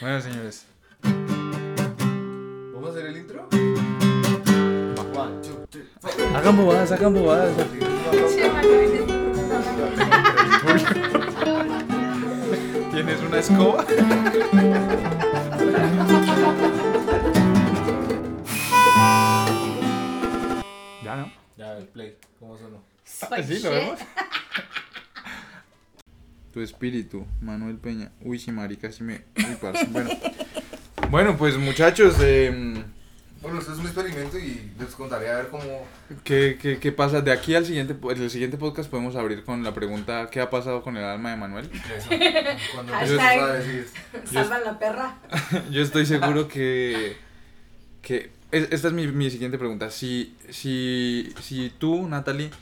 Bueno, señores. ¿Vamos a hacer el intro? One, two, three, four. Hagan bobadas, hagan bobadas. ¿Tienes una escoba? ya, ¿no? Ya, el play. ¿Cómo sonó? Ah, Sí, lo vemos. Tu espíritu, Manuel Peña. Uy, sí, marica, sí me... uy, parce. Bueno. bueno, pues muchachos, eh, Bueno, esto es un experimento y les contaré a ver cómo. ¿qué, qué, qué pasa? De aquí al siguiente, po- el siguiente podcast podemos abrir con la pregunta ¿Qué ha pasado con el alma de Manuel? Eso. Cuando Hashtag. empieces a decir. Salvan la perra. Yo estoy seguro que... que es- esta es mi, mi siguiente pregunta. Si, si, si tú, Natalie,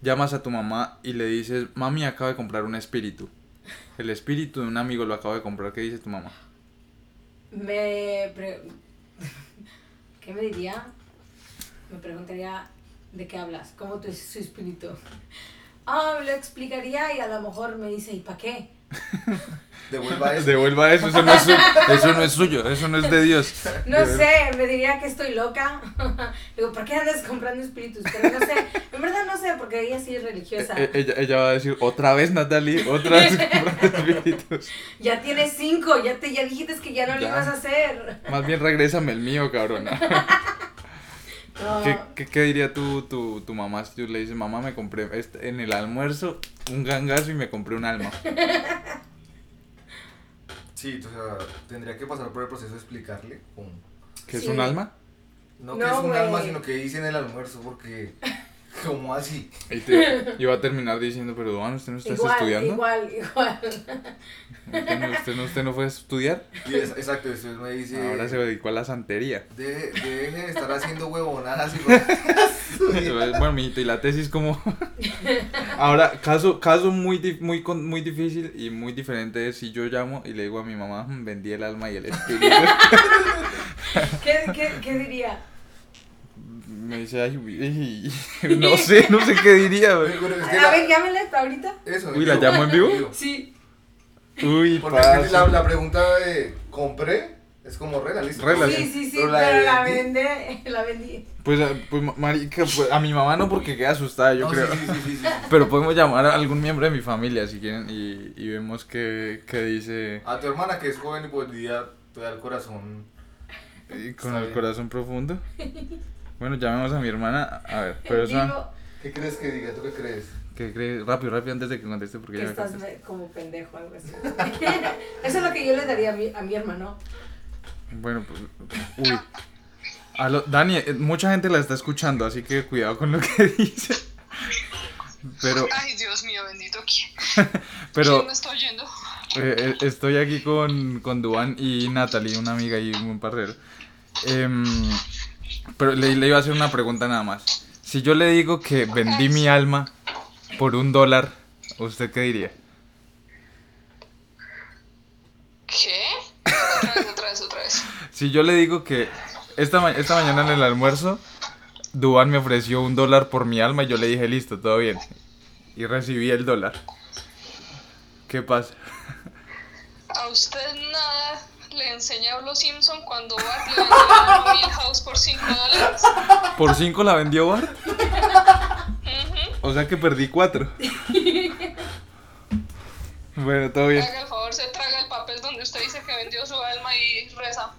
llamas a tu mamá y le dices, mami, acabo de comprar un espíritu. El espíritu de un amigo lo acabo de comprar. ¿Qué dice tu mamá? Me. pre- ¿Qué me diría? Me preguntaría de qué hablas, cómo te su espíritu. Ah, me lo explicaría y a lo mejor me dice, ¿y para qué? Devuelva eso. Devuelva eso, eso no, es su- eso no es suyo, eso no es de Dios. No sé, me diría que estoy loca. Digo, ¿por qué andas comprando espíritus? Pero no sé, en verdad no sé, porque ella sí es religiosa. E- ella, ella va a decir, otra vez Natalie, otra vez comprando espíritus. Ya tienes cinco, ya te ya dijiste que ya no lo Ya. ibas a hacer. Más bien regrésame el mío, cabrona. No, ¿Qué, qué, qué diría tú, tu, tu mamá si tú le dices, mamá, me compré este- en el almuerzo un gangazo y me compré un alma? Sí, o sea, tendría que pasar por el proceso de explicarle cómo. ¿Qué es Sí. un alma? No, que No, es un güey. alma, sino que hice en el almuerzo, porque. ¿Cómo así? Y, te, y va a terminar diciendo, pero Duan, ¿usted no está igual, estudiando? igual, igual. ¿Usted, no, usted no- usted no fue a estudiar? Y es- exacto, después me dice. Ahora se dedicó a la santería. Deje, deje de estar haciendo huevonadas y cosas". Bueno, mijito, y la tesis como... Ahora, caso, caso muy, dif- muy, con- muy difícil y muy diferente es si yo llamo y le digo a mi mamá, "Mm, vendí el alma y el espíritu. ¿Qué, qué, qué diría? Me dice, ay, uy, uy, no sé, no sé qué diría. güey. Pero es que A la- ver, llámela ahorita. Eso, Uy, ¿la digo, llamo en vivo? digo. Sí. Uy, Porque es que parce. la, la pregunta de compré es como rela, listo. Rela, Sí, sí, sí, de pero la vendí- vendí, la vendí. Pues, ah, pues, ma- marica, pues, a mi mamá no porque queda asustada, yo No, sí, creo. sí, sí, sí, sí. Pero podemos llamar a algún miembro de mi familia si quieren y, y vemos qué, qué dice A tu hermana que es joven y podría te da el corazón. eh, con Está el bien. corazón profundo. Bueno, llamemos a mi hermana. A ver, pero es una- Digo ¿Qué crees que diga? ¿Tú qué crees? ¿qué crees? Rápido, rápido, antes de que conteste porque que ya me estás contesté. me- como pendejo algo así. Eso es lo que yo le daría a mi, a mi hermano. Bueno, pues, uy. Aló, Dani, eh, mucha gente la está escuchando, así que cuidado con lo que dice. Pero, Ay, Dios mío, bendito. ¿Quién, pero quién me está oyendo? eh, eh, estoy aquí con, con Duan y Natalie, una amiga y un parrero. Em, pero le, le iba a hacer una pregunta nada más. Si yo le digo que vendí mi alma por un dólar, ¿usted qué diría? ¿Qué? Otra vez, otra vez, otra vez. Si yo le digo que esta, ma- esta mañana en el almuerzo, Duan me ofreció un dólar por mi alma y yo le dije, listo, todo bien. Y recibí el dólar. ¿Qué pasa? A usted nada le enseña a los Simpson cuando Bart le vendió a Milhouse por 5 dólares. ¿Por 5 la vendió Bart? O sea que perdí 4. Bueno, todo bien. Haga el favor, se traga el papel donde usted dice que vendió su alma y reza.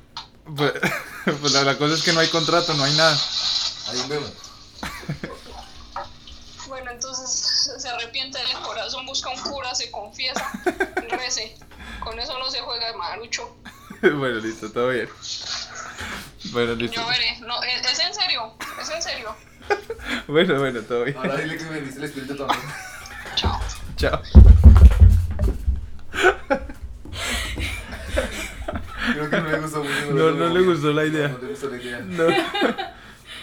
Pues, pues la, la cosa es que no hay contrato, no hay nada. Ahí vemos. Bueno, entonces se arrepiente del corazón, busca un cura, se confiesa, rece. Con eso no se juega, Marucho. Bueno, listo, todo bien. Bueno, listo. Yo veré. No, es, es en serio, es en serio. Bueno, bueno, todo bien. Ahora dile que vendiste el espíritu también. Chao. Chao. Creo que no le gustó mucho. No, no le gustó la idea. No le gustó la idea. No.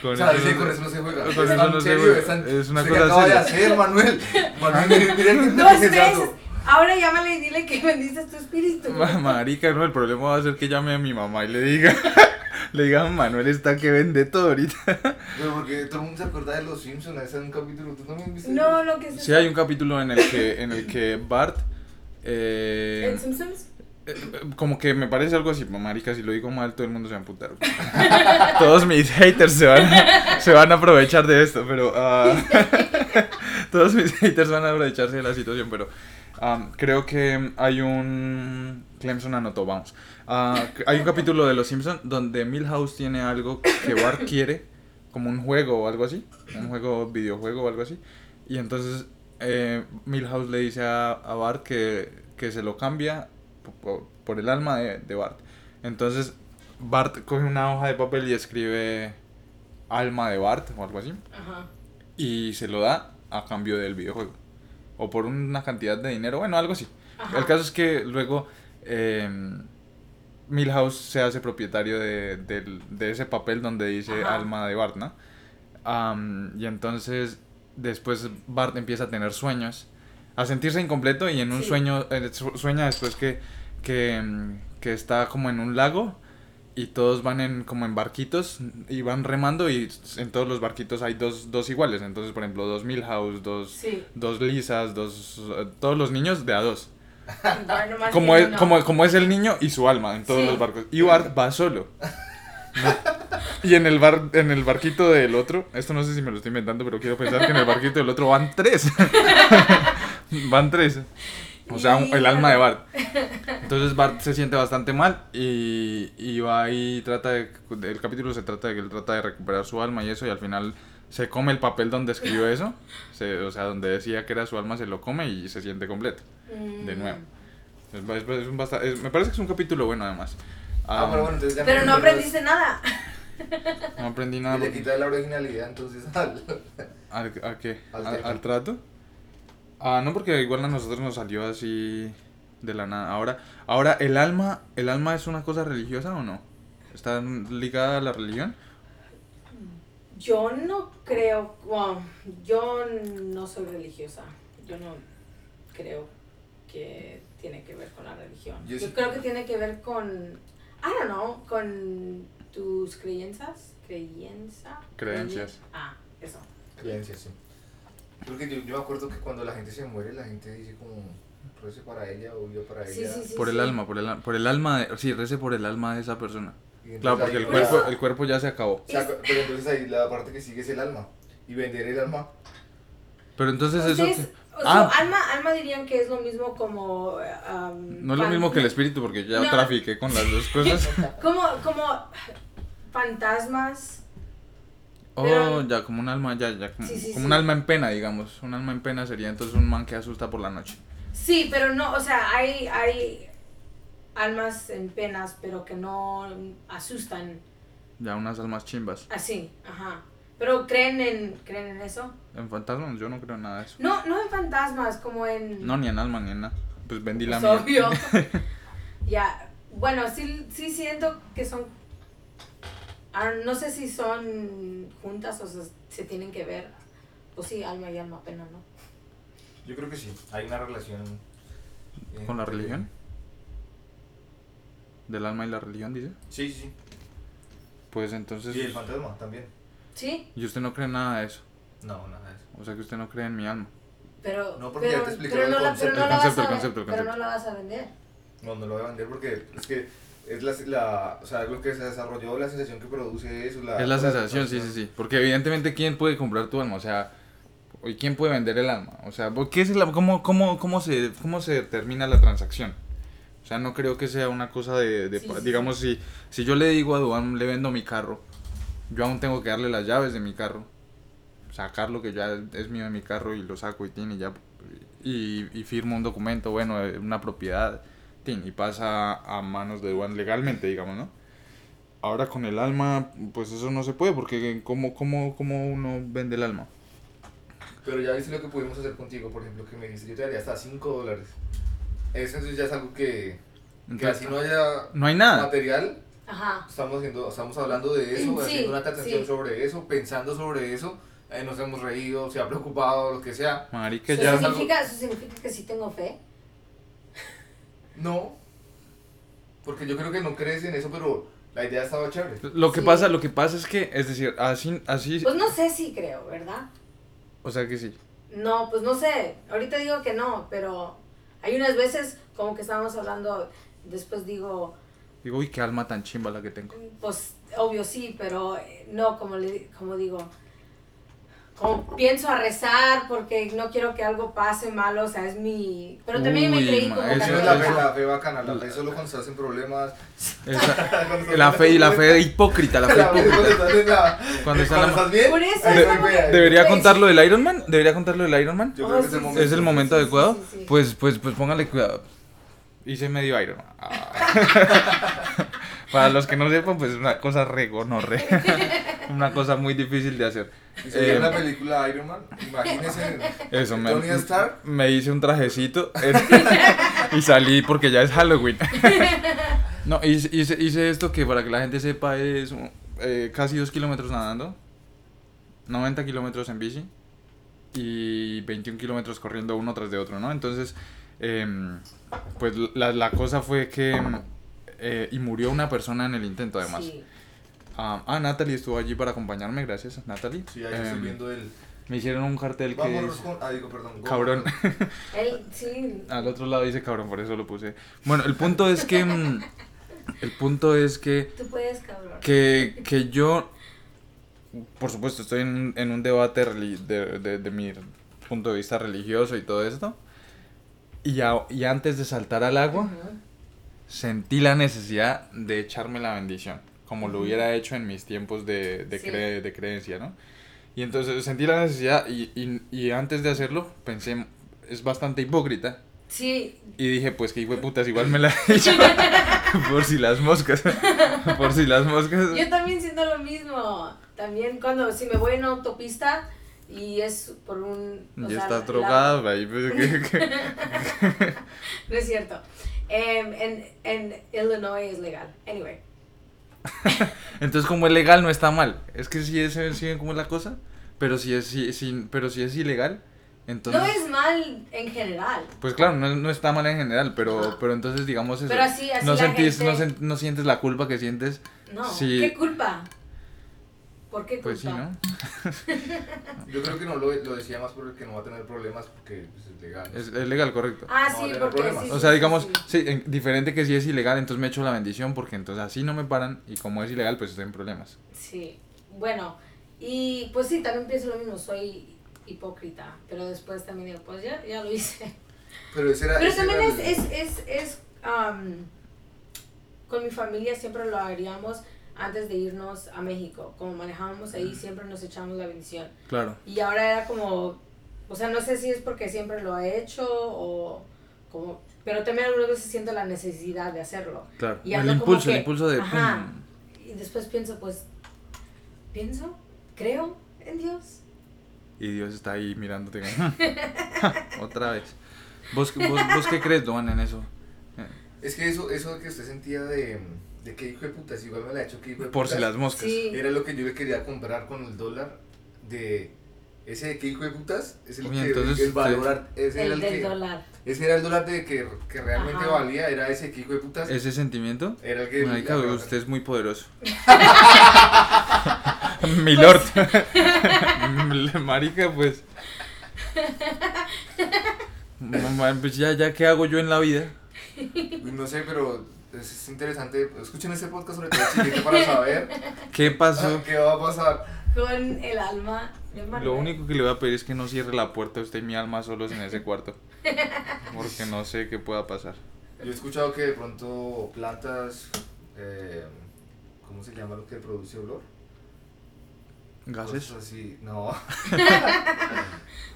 Con O sea, eso dice no- con eso no se juega. con Es eso tan no se serio, juega. es tan- Es una sé cosa que acaba de seria. hacer, Manuel. Manuel, mira que está Dos veces. pensando. Ahora llámale y dile que bendices tu espíritu. Ma- Marica, no, el problema va a ser que llame a mi mamá y le diga, le diga, Manuel está que vende todo ahorita. Pero porque todo el mundo se acuerda de los Simpsons, ese es un capítulo. ¿Tú también viste? No, lo que es. Sí, hay un capítulo en el que, en el que Bart, eh, ¿En Simpsons? eh, como que me parece algo así, marica, si lo digo mal todo el mundo se va a amputar. todos mis haters se van a, se van a aprovechar de esto, pero ah, todos mis haters van a aprovecharse de la situación, pero am, creo que hay un Clemson anotó, vamos. Ah, hay un capítulo de Los Simpsons donde Milhouse tiene algo que Bart quiere, como un juego o algo así, un juego videojuego o algo así, y entonces eh, Milhouse le dice a, a Bart que, que se lo cambia po- po- por, el alma de, de Bart. Entonces Bart coge una hoja de papel y escribe alma de Bart o algo así Ajá. y se lo da a cambio del videojuego o por una cantidad de dinero, bueno, algo así. Ajá. El caso es que luego em, Milhouse se hace propietario de, del- de ese papel donde dice Ajá. alma de Bart, ¿no? Am, y entonces después Bart empieza a tener sueños, a sentirse incompleto y en un Sí. sueño, eh, su- sueña después que, que, em, que está como en un lago y todos van en, como en barquitos y van remando y en todos los barquitos hay dos, dos iguales, entonces por ejemplo dos Milhouse, dos, Sí. dos Lisas, dos, eh, todos los niños de a dos Y Bart nomás como dice, es, "No". como, como es el niño y su alma en todos Sí. los barcos. Y Bart va solo. Y en el, bar, en el barquito del otro, esto no sé si me lo estoy inventando, pero quiero pensar que en el barquito del otro van tres. van tres. O sea, un- el alma de Bart. Entonces Bart se siente bastante mal y, y va y trata de... El capítulo se trata de que él trata de recuperar su alma y eso y al final se come el papel donde escribió eso. Se- o sea, donde decía que era su alma, se lo come y se siente completo. Mm. de nuevo. Es ba- es ba- es un basta- es- me parece que es un capítulo bueno, además. Ah, Ah, pero bueno, entonces ya Pero no aprendimos. aprendiste nada. No aprendí Y nada. le porque- quita la originalidad entonces al. ¿Al, a qué? Al ¿Al, trato. al trato? Ah, no, porque igual a nosotros nos salió así de la nada. Ahora, ahora ¿el alma el alma es una cosa religiosa o no? ¿Está ligada a la religión? Yo no creo, wow, yo no soy religiosa. Yo no creo que tiene que ver con la religión. Yo Yo, sí- creo que tiene que ver con, I don't know, con tus creencias, creenza, Creencias. creyen- Ah, eso. Creencia, sí. Porque yo, yo me acuerdo que cuando la gente se muere, la gente dice como, rece para ella o yo para Sí, ella. sí, sí. por el alma, por el, al- por el alma. De, sí, rece por el alma de esa persona. Y entonces Claro, porque ahí el va- cuerpo, el cuerpo ya se acabó. o sea, cu- pero entonces ahí la parte que sigue es el alma. Y vender el alma. Pero entonces eso... Ustedes- que- o sea, Ah. alma, alma dirían que es lo mismo como... um, No es lo pan- mismo que el espíritu, porque yo ya No. trafiqué con las dos cosas. Como, como fantasmas. Oh, Pero- ya, como un alma, ya, ya, como, Sí, sí, como sí. un alma en pena, digamos. Un alma en pena sería entonces un man que asusta por la noche. Sí, pero no, o sea, hay, hay almas en penas, pero que no asustan Ya, unas almas chimbas. así, ajá. Pero creen en, creen en eso. En fantasmas yo no creo en nada de eso. No, no en fantasmas, como en... No, ni en alma, ni en nada. Pues vendí la Es mía. obvio. Ya, bueno, sí, sí siento que son... ah, No sé si son juntas o se, se tienen que ver. Pues sí, alma y alma, pena, ¿no? Yo creo que sí, hay una relación. eh, ¿Con la entre- religión? ¿Del alma y la religión, dice? Sí, sí, Pues sí. entonces... Y el fantasma también. Sí, Y usted no cree en nada de eso. No, nada de eso. O sea que usted no cree en mi alma. pero... No, porque pero, ya te expliqué pero el no la- concepto. pero no El la vas concepto, a el ven- concepto, el Pero no concepto. la vas a vender. No, no lo voy a vender porque es que es la, la o sea, lo que se desarrolló, la sensación que produce Ah, eso. La, Es la sensación, sí, sí, sí. Porque evidentemente, ¿quién puede comprar tu alma? O sea, ¿y quién puede vender el alma? O sea, ¿por ¿qué es el, alma? cómo, cómo, cómo, se, ¿cómo se determina la transacción? O sea, no creo que sea una cosa de... de Sí, pa- sí, digamos, Si, si yo le digo a Duan, le vendo mi carro, yo aún tengo que darle las llaves de mi carro, sacar lo que ya es mío de mi carro y lo saco y tiene ya... Y, y firmo un documento, bueno, de una propiedad, tin, y pasa a manos de Duan legalmente, digamos, ¿no? Ahora con el alma, pues eso no se puede, porque ¿cómo, cómo, cómo uno vende el alma? Pero ya viste lo que pudimos hacer contigo, por ejemplo, que me dijiste, yo te daría hasta 5 dólares. Eso entonces ya es algo que, que Entonces, así no haya no hay nada. material, Ajá. estamos, haciendo, estamos hablando de eso, Sí, haciendo una transacción sí. sobre eso, pensando sobre eso, eh, nos hemos reído, se ha preocupado, lo que sea. Marica, ¿Eso ya... es algo- significa, eso significa que sí tengo fe. No, porque yo creo que no crees en eso, pero la idea estaba chévere. Lo que Sí. pasa, lo que pasa es que, es decir, así, así, Pues no sé si creo, ¿verdad? o sea que sí. No, pues no sé. Ahorita digo que no, pero hay unas veces como que estábamos hablando después digo, Digo, uy, qué alma tan chimba la que tengo. pues obvio sí, pero eh, no, como, le, como digo, como pienso a rezar porque no quiero que algo pase malo, o sea, es mi... Pero también Uy, me creí ma, como eso Eso es es- la católica. fe, la fe bacana, la fe solo cuando se hacen problemas. Esa- cuando se la hacen fe y la problemas. fe hipócrita, la fe La fe hipócrita. cuando estás en la- Cuando está cuando la- estás bien. Por eso, ahí De- no hay fea. ¿Debería Pues- contarlo del Iron Man? ¿Debería contarlo del Iron Man? Yo Oh, creo que es sí, el sí, momento. ¿Es el momento adecuado? sí, sí. Pues, pues, pues póngale cuidado. Hice medio Iron Man. Ah. Para los que no sepan, pues es una cosa re gonorre. una cosa muy difícil de hacer. Y si vieron Eh, la película Iron Man, imagínense. Eso, me, Tony Stark. me hice un trajecito eh, y salí porque ya es Halloween. no, hice, hice- hice esto que para que la gente sepa es un- eh, casi 2 kilómetros nadando, 90 kilómetros en bici y 21 kilómetros corriendo uno tras de otro, ¿no? Entonces, em, pues la, la cosa fue que... em, eh, y murió una persona en el intento además. Sí. Ah, ah, Natalie estuvo allí para acompañarme, gracias Natalie. Sí, ahí estoy Em, viendo el. me hicieron un cartel que... Vamos, dice- con. Ah, digo, perdón. Cabrón. Él, sí. Al otro lado dice cabrón, por eso lo puse. Bueno, el punto es que. mm, El punto es que. Tú puedes, cabrón. Que, que yo. Por supuesto, estoy en, en un debate reli- de, de- de mi punto de vista religioso y todo esto. Y, a- y antes de saltar al agua, Ujú. sentí la necesidad de echarme la bendición, como lo hubiera hecho en mis tiempos de, de, Sí. cre- de creencia, ¿no? Y entonces sentí la necesidad y, y- y antes de hacerlo pensé, es bastante hipócrita Sí, y dije, pues que hijo de putas, igual me la he hecho. Por si las moscas. Por si las moscas. Yo también siento lo mismo. También cuando si me voy en autopista y es por un... o Ya sea, estás la- drogada, ahí, pues, que- que- no es cierto. Em, en, en Illinois es legal. Anyway. Entonces, como es legal, no está mal. Es que si es, si ven cómo es la cosa. Pero si es, si, si- pero si es ilegal, entonces. no es mal en general. Pues claro, no, no está mal en general, pero, Ajá. pero entonces digamos eso. Pero así- así no, la sentís, no, gente- sen- no sientes la culpa que sientes. No. Sí. ¿Qué culpa? ¿Por qué culpa? Pues sí, ¿no? Yo creo que no lo, lo decía más por el que no va a tener problemas porque pues, es legal. Es, es legal, correcto. Ah, No, sí, no hay porque... problema. sí, O sí, sea, sí, digamos, sí. sí, en- diferente que si es ilegal, entonces me echo la bendición porque entonces así no me paran y como es ilegal, pues estoy en problemas. Sí, bueno, y pues sí, también pienso lo mismo, soy hipócrita, pero después también digo, pues ya, ya lo hice. Pero ese era. Pero ese también era es, el- es, es, es, am, con mi familia siempre lo haríamos antes de irnos a México, como manejábamos ahí siempre nos echamos la bendición. Claro. Y ahora era como, o sea, no sé si es porque siempre lo he hecho o como, pero también algunas veces siento la necesidad de hacerlo. Claro. Y el ando como impulso, el que, impulso de. ajá. pum. Y después pienso, pues, pienso, creo en Dios. Y Dios está ahí mirándote. como, Otra vez. ¿Vos, vos, vos qué crees, Doan, en eso? Es que eso, eso que usted sentía de, de que hijo de puta, si igual me la he hecho que hijo de Por si putas, las moscas. Sí. Era lo que yo le quería comprar con el dólar de ese de que hijo de putas es el Uy, que entonces el usted- valor ese era El el del que dólar. ese era el dólar de que, que realmente Ajá. valía era ese de que hijo de putas ¿Ese sentimiento? era el que Marica, la- usted es muy poderoso. Mi lord. Marica, pues. Mamá, pues ya, ya, ¿qué hago yo en la vida? Uy, no sé pero es, es interesante escuchen ese podcast sobre todo chiquito para saber ¿Qué pasó? qué va a pasar Con el alma de Manuel. Lo único que le voy a pedir es que no cierre la puerta usted y mi alma solos en ese cuarto. Porque no sé qué pueda pasar. yo he escuchado que de pronto plantas eh, cómo se llama lo que produce olor ¿Gases? Cosas así, no.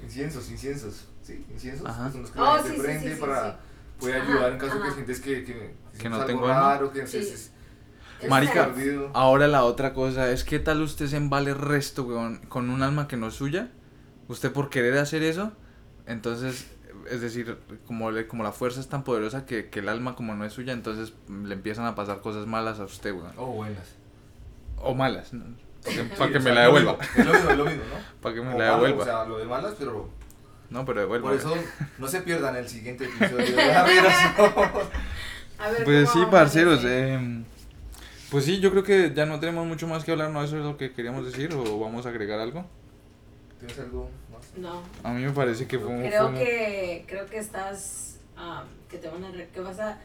inciensos, inciensos. Sí, inciensos. Ajá. que Son los que Oh, la gente sí, sí, prende sí, sí, para. sí. Puede Ajá, ayudar en caso que ajá. sientes que. Que, Que no sientes tengo algo alma. raro, que Sí. se- se- que Marica, Ah. estás perdido. Ahora la otra cosa es qué tal usted se embale resto weón, con un alma que no es suya. Usted por querer hacer eso, entonces, es decir, como, le- como la fuerza es tan poderosa que, que el alma como no es suya, entonces mm, le empiezan a pasar cosas malas a usted, weón. Oh, buenas. O malas, ¿no? Para que, pa' Sí, que o me sea, la es lo devuelva. mismo, Es lo mismo, es lo mismo, ¿no? Para que me O la malo, devuelva. O sea, lo de malas, pero. no, pero devuelva. Por eso no se pierdan el siguiente episodio de Barreras. A ver, Pues ¿cómo sí, vamos a parceros. hacer? eh, pues sí, yo creo que ya no tenemos mucho más que hablar, ¿no? Eso es lo que queríamos decir, o vamos a agregar algo. ¿Tienes algo más? No, A mí me parece que fue un. fue creo un- que, creo que estás, ah, que te van a, re- que vas a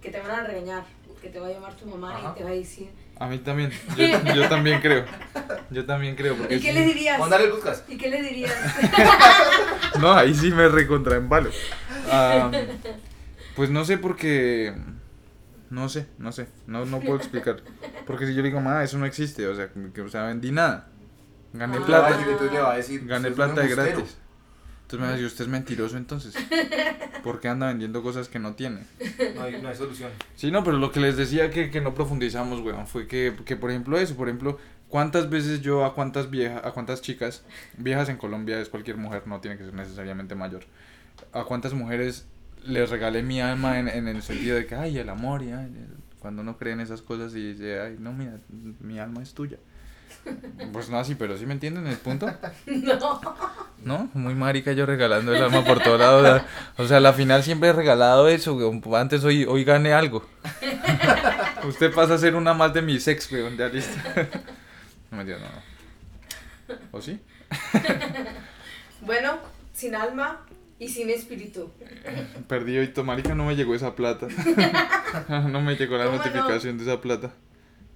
que te van a regañar, que te va a llamar tu mamá Ajá. y te va a decir. A mí también. Yo, yo también creo. Yo también creo. Porque ¿Y qué sí- le dirías? Mandar el podcast. ¿Y qué le dirías? No, ahí sí me recontraembalo. Ah, pues no sé porque... No sé, no sé. No, no puedo explicar. Porque si yo le digo, ma, eso no existe. O sea, que, o sea, vendí nada. Gané Ah. Le va a plata. decir, entonces le va a decir, "Pues, Gané usted es un plata de embustero. gratis. Entonces me va a decir, usted es mentiroso entonces. ¿Por qué anda vendiendo cosas que no tiene? No hay, no hay solución. Sí, no, pero lo que les decía que, que no profundizamos, weón, fue que, que, por ejemplo, eso, por ejemplo, cuántas veces yo a cuántas viejas, a cuántas chicas, viejas en Colombia es cualquier mujer, no tiene que ser necesariamente mayor, a cuántas mujeres les regalé mi alma en, en el sentido de que, ay, el amor, y ay, el- cuando uno cree en esas cosas y dice, ay, no, mira, mi alma es tuya. Pues no así, pero ¿sí me entienden el punto? no. ¿No? Muy marica yo regalando el alma por todo lado. O sea, o sea, a la final siempre he regalado eso, weón. Antes hoy, hoy gané algo. Usted pasa a ser una más de mis ex, weón, ya listo. No me no, no. ¿O sí? Bueno, sin alma y sin espíritu. Perdí hoy, to- marica, no me llegó esa plata. No me llegó la ¿Cómo no? notificación de esa plata.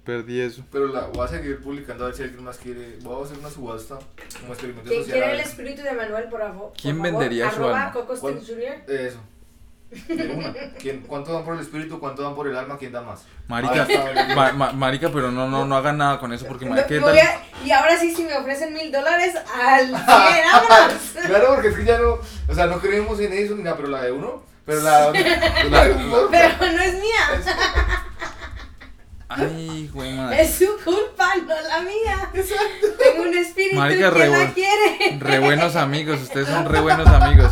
Perdí eso. Pero la voy a seguir publicando a ver si alguien más quiere. Voy a hacer una subasta como experimento ¿Quién social. a quiere el ver. espíritu de Manuel, por, favor? ¿Quién por favor, vendería su arroba alma? Coco Steel ¿Cuál? Jr. Eh, Eso. De una. ¿Quién, ¿Cuánto dan por el espíritu? ¿Cuánto dan por el alma? ¿Quién da más? Marica, Ah, Ahí está, ma- ma- marica, pero no, no, no hagan nada con eso porque, Me- marica, ¿qué me tal? voy a- y ahora sí, si me ofrecen mil dólares, al cien, vámonos. Claro, porque es que ya no. O sea, no creemos en eso ni nada, pero la de uno. Pero la de la de uno. Pero no es mía, Ay, güey, madre. es su culpa, no la mía. Tengo un espíritu Marica, y quién re- la quiere. Re buenos amigos, ustedes son re buenos amigos.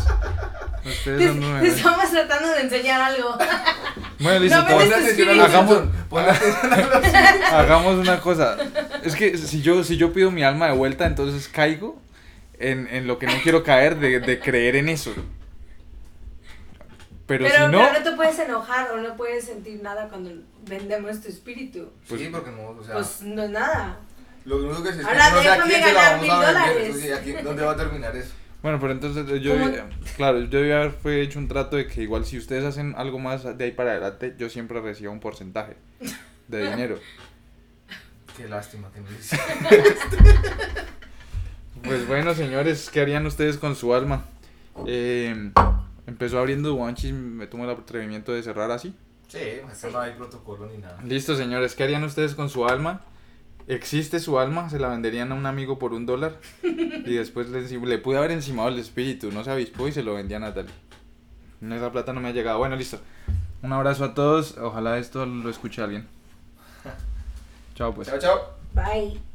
Ustedes Te, son te muy estamos tratando de enseñar algo. Bueno, listo, No me pon- Ponle atención a espíritu. los Simpson, Ponle atención a los hagamos una cosa. Es que si yo, si yo pido mi alma de vuelta, entonces caigo en, en lo que no quiero caer de, de creer en eso. Pero, Pero, si no, pero no te puedes enojar o no puedes sentir nada cuando vendemos tu espíritu. Pues- sí, porque no, o sea, Pues no es nada. lo único que se Ahora espera no sé a déjame quién se la ganar vamos a mil vender, dólares. eso sí, ¿a quién- ¿dónde va a terminar eso? bueno, pero entonces eh, yo, ¿Cómo? eh, claro, yo había haber fue hecho un trato de que igual si ustedes hacen algo más de ahí para adelante, yo siempre recibo un porcentaje de dinero. Qué lástima que no lo hiciste. Pues bueno, señores, ¿qué harían ustedes con su alma? Eh, empezó abriendo Wanchis, me tomo el atrevimiento de cerrar así. Sí, acá no hay protocolo ni nada. Listo, señores, ¿qué harían ustedes con su alma? ¿Existe su alma? ¿Se la venderían a un amigo por un dólar? Y después le, enci- le pude haber encimado el espíritu, no se avispó y se lo vendía a Natalie. No, Esa plata no me ha llegado. Bueno, listo. Un abrazo a todos. Ojalá esto lo escuche alguien. Chao, pues. Chao, chao. Bye.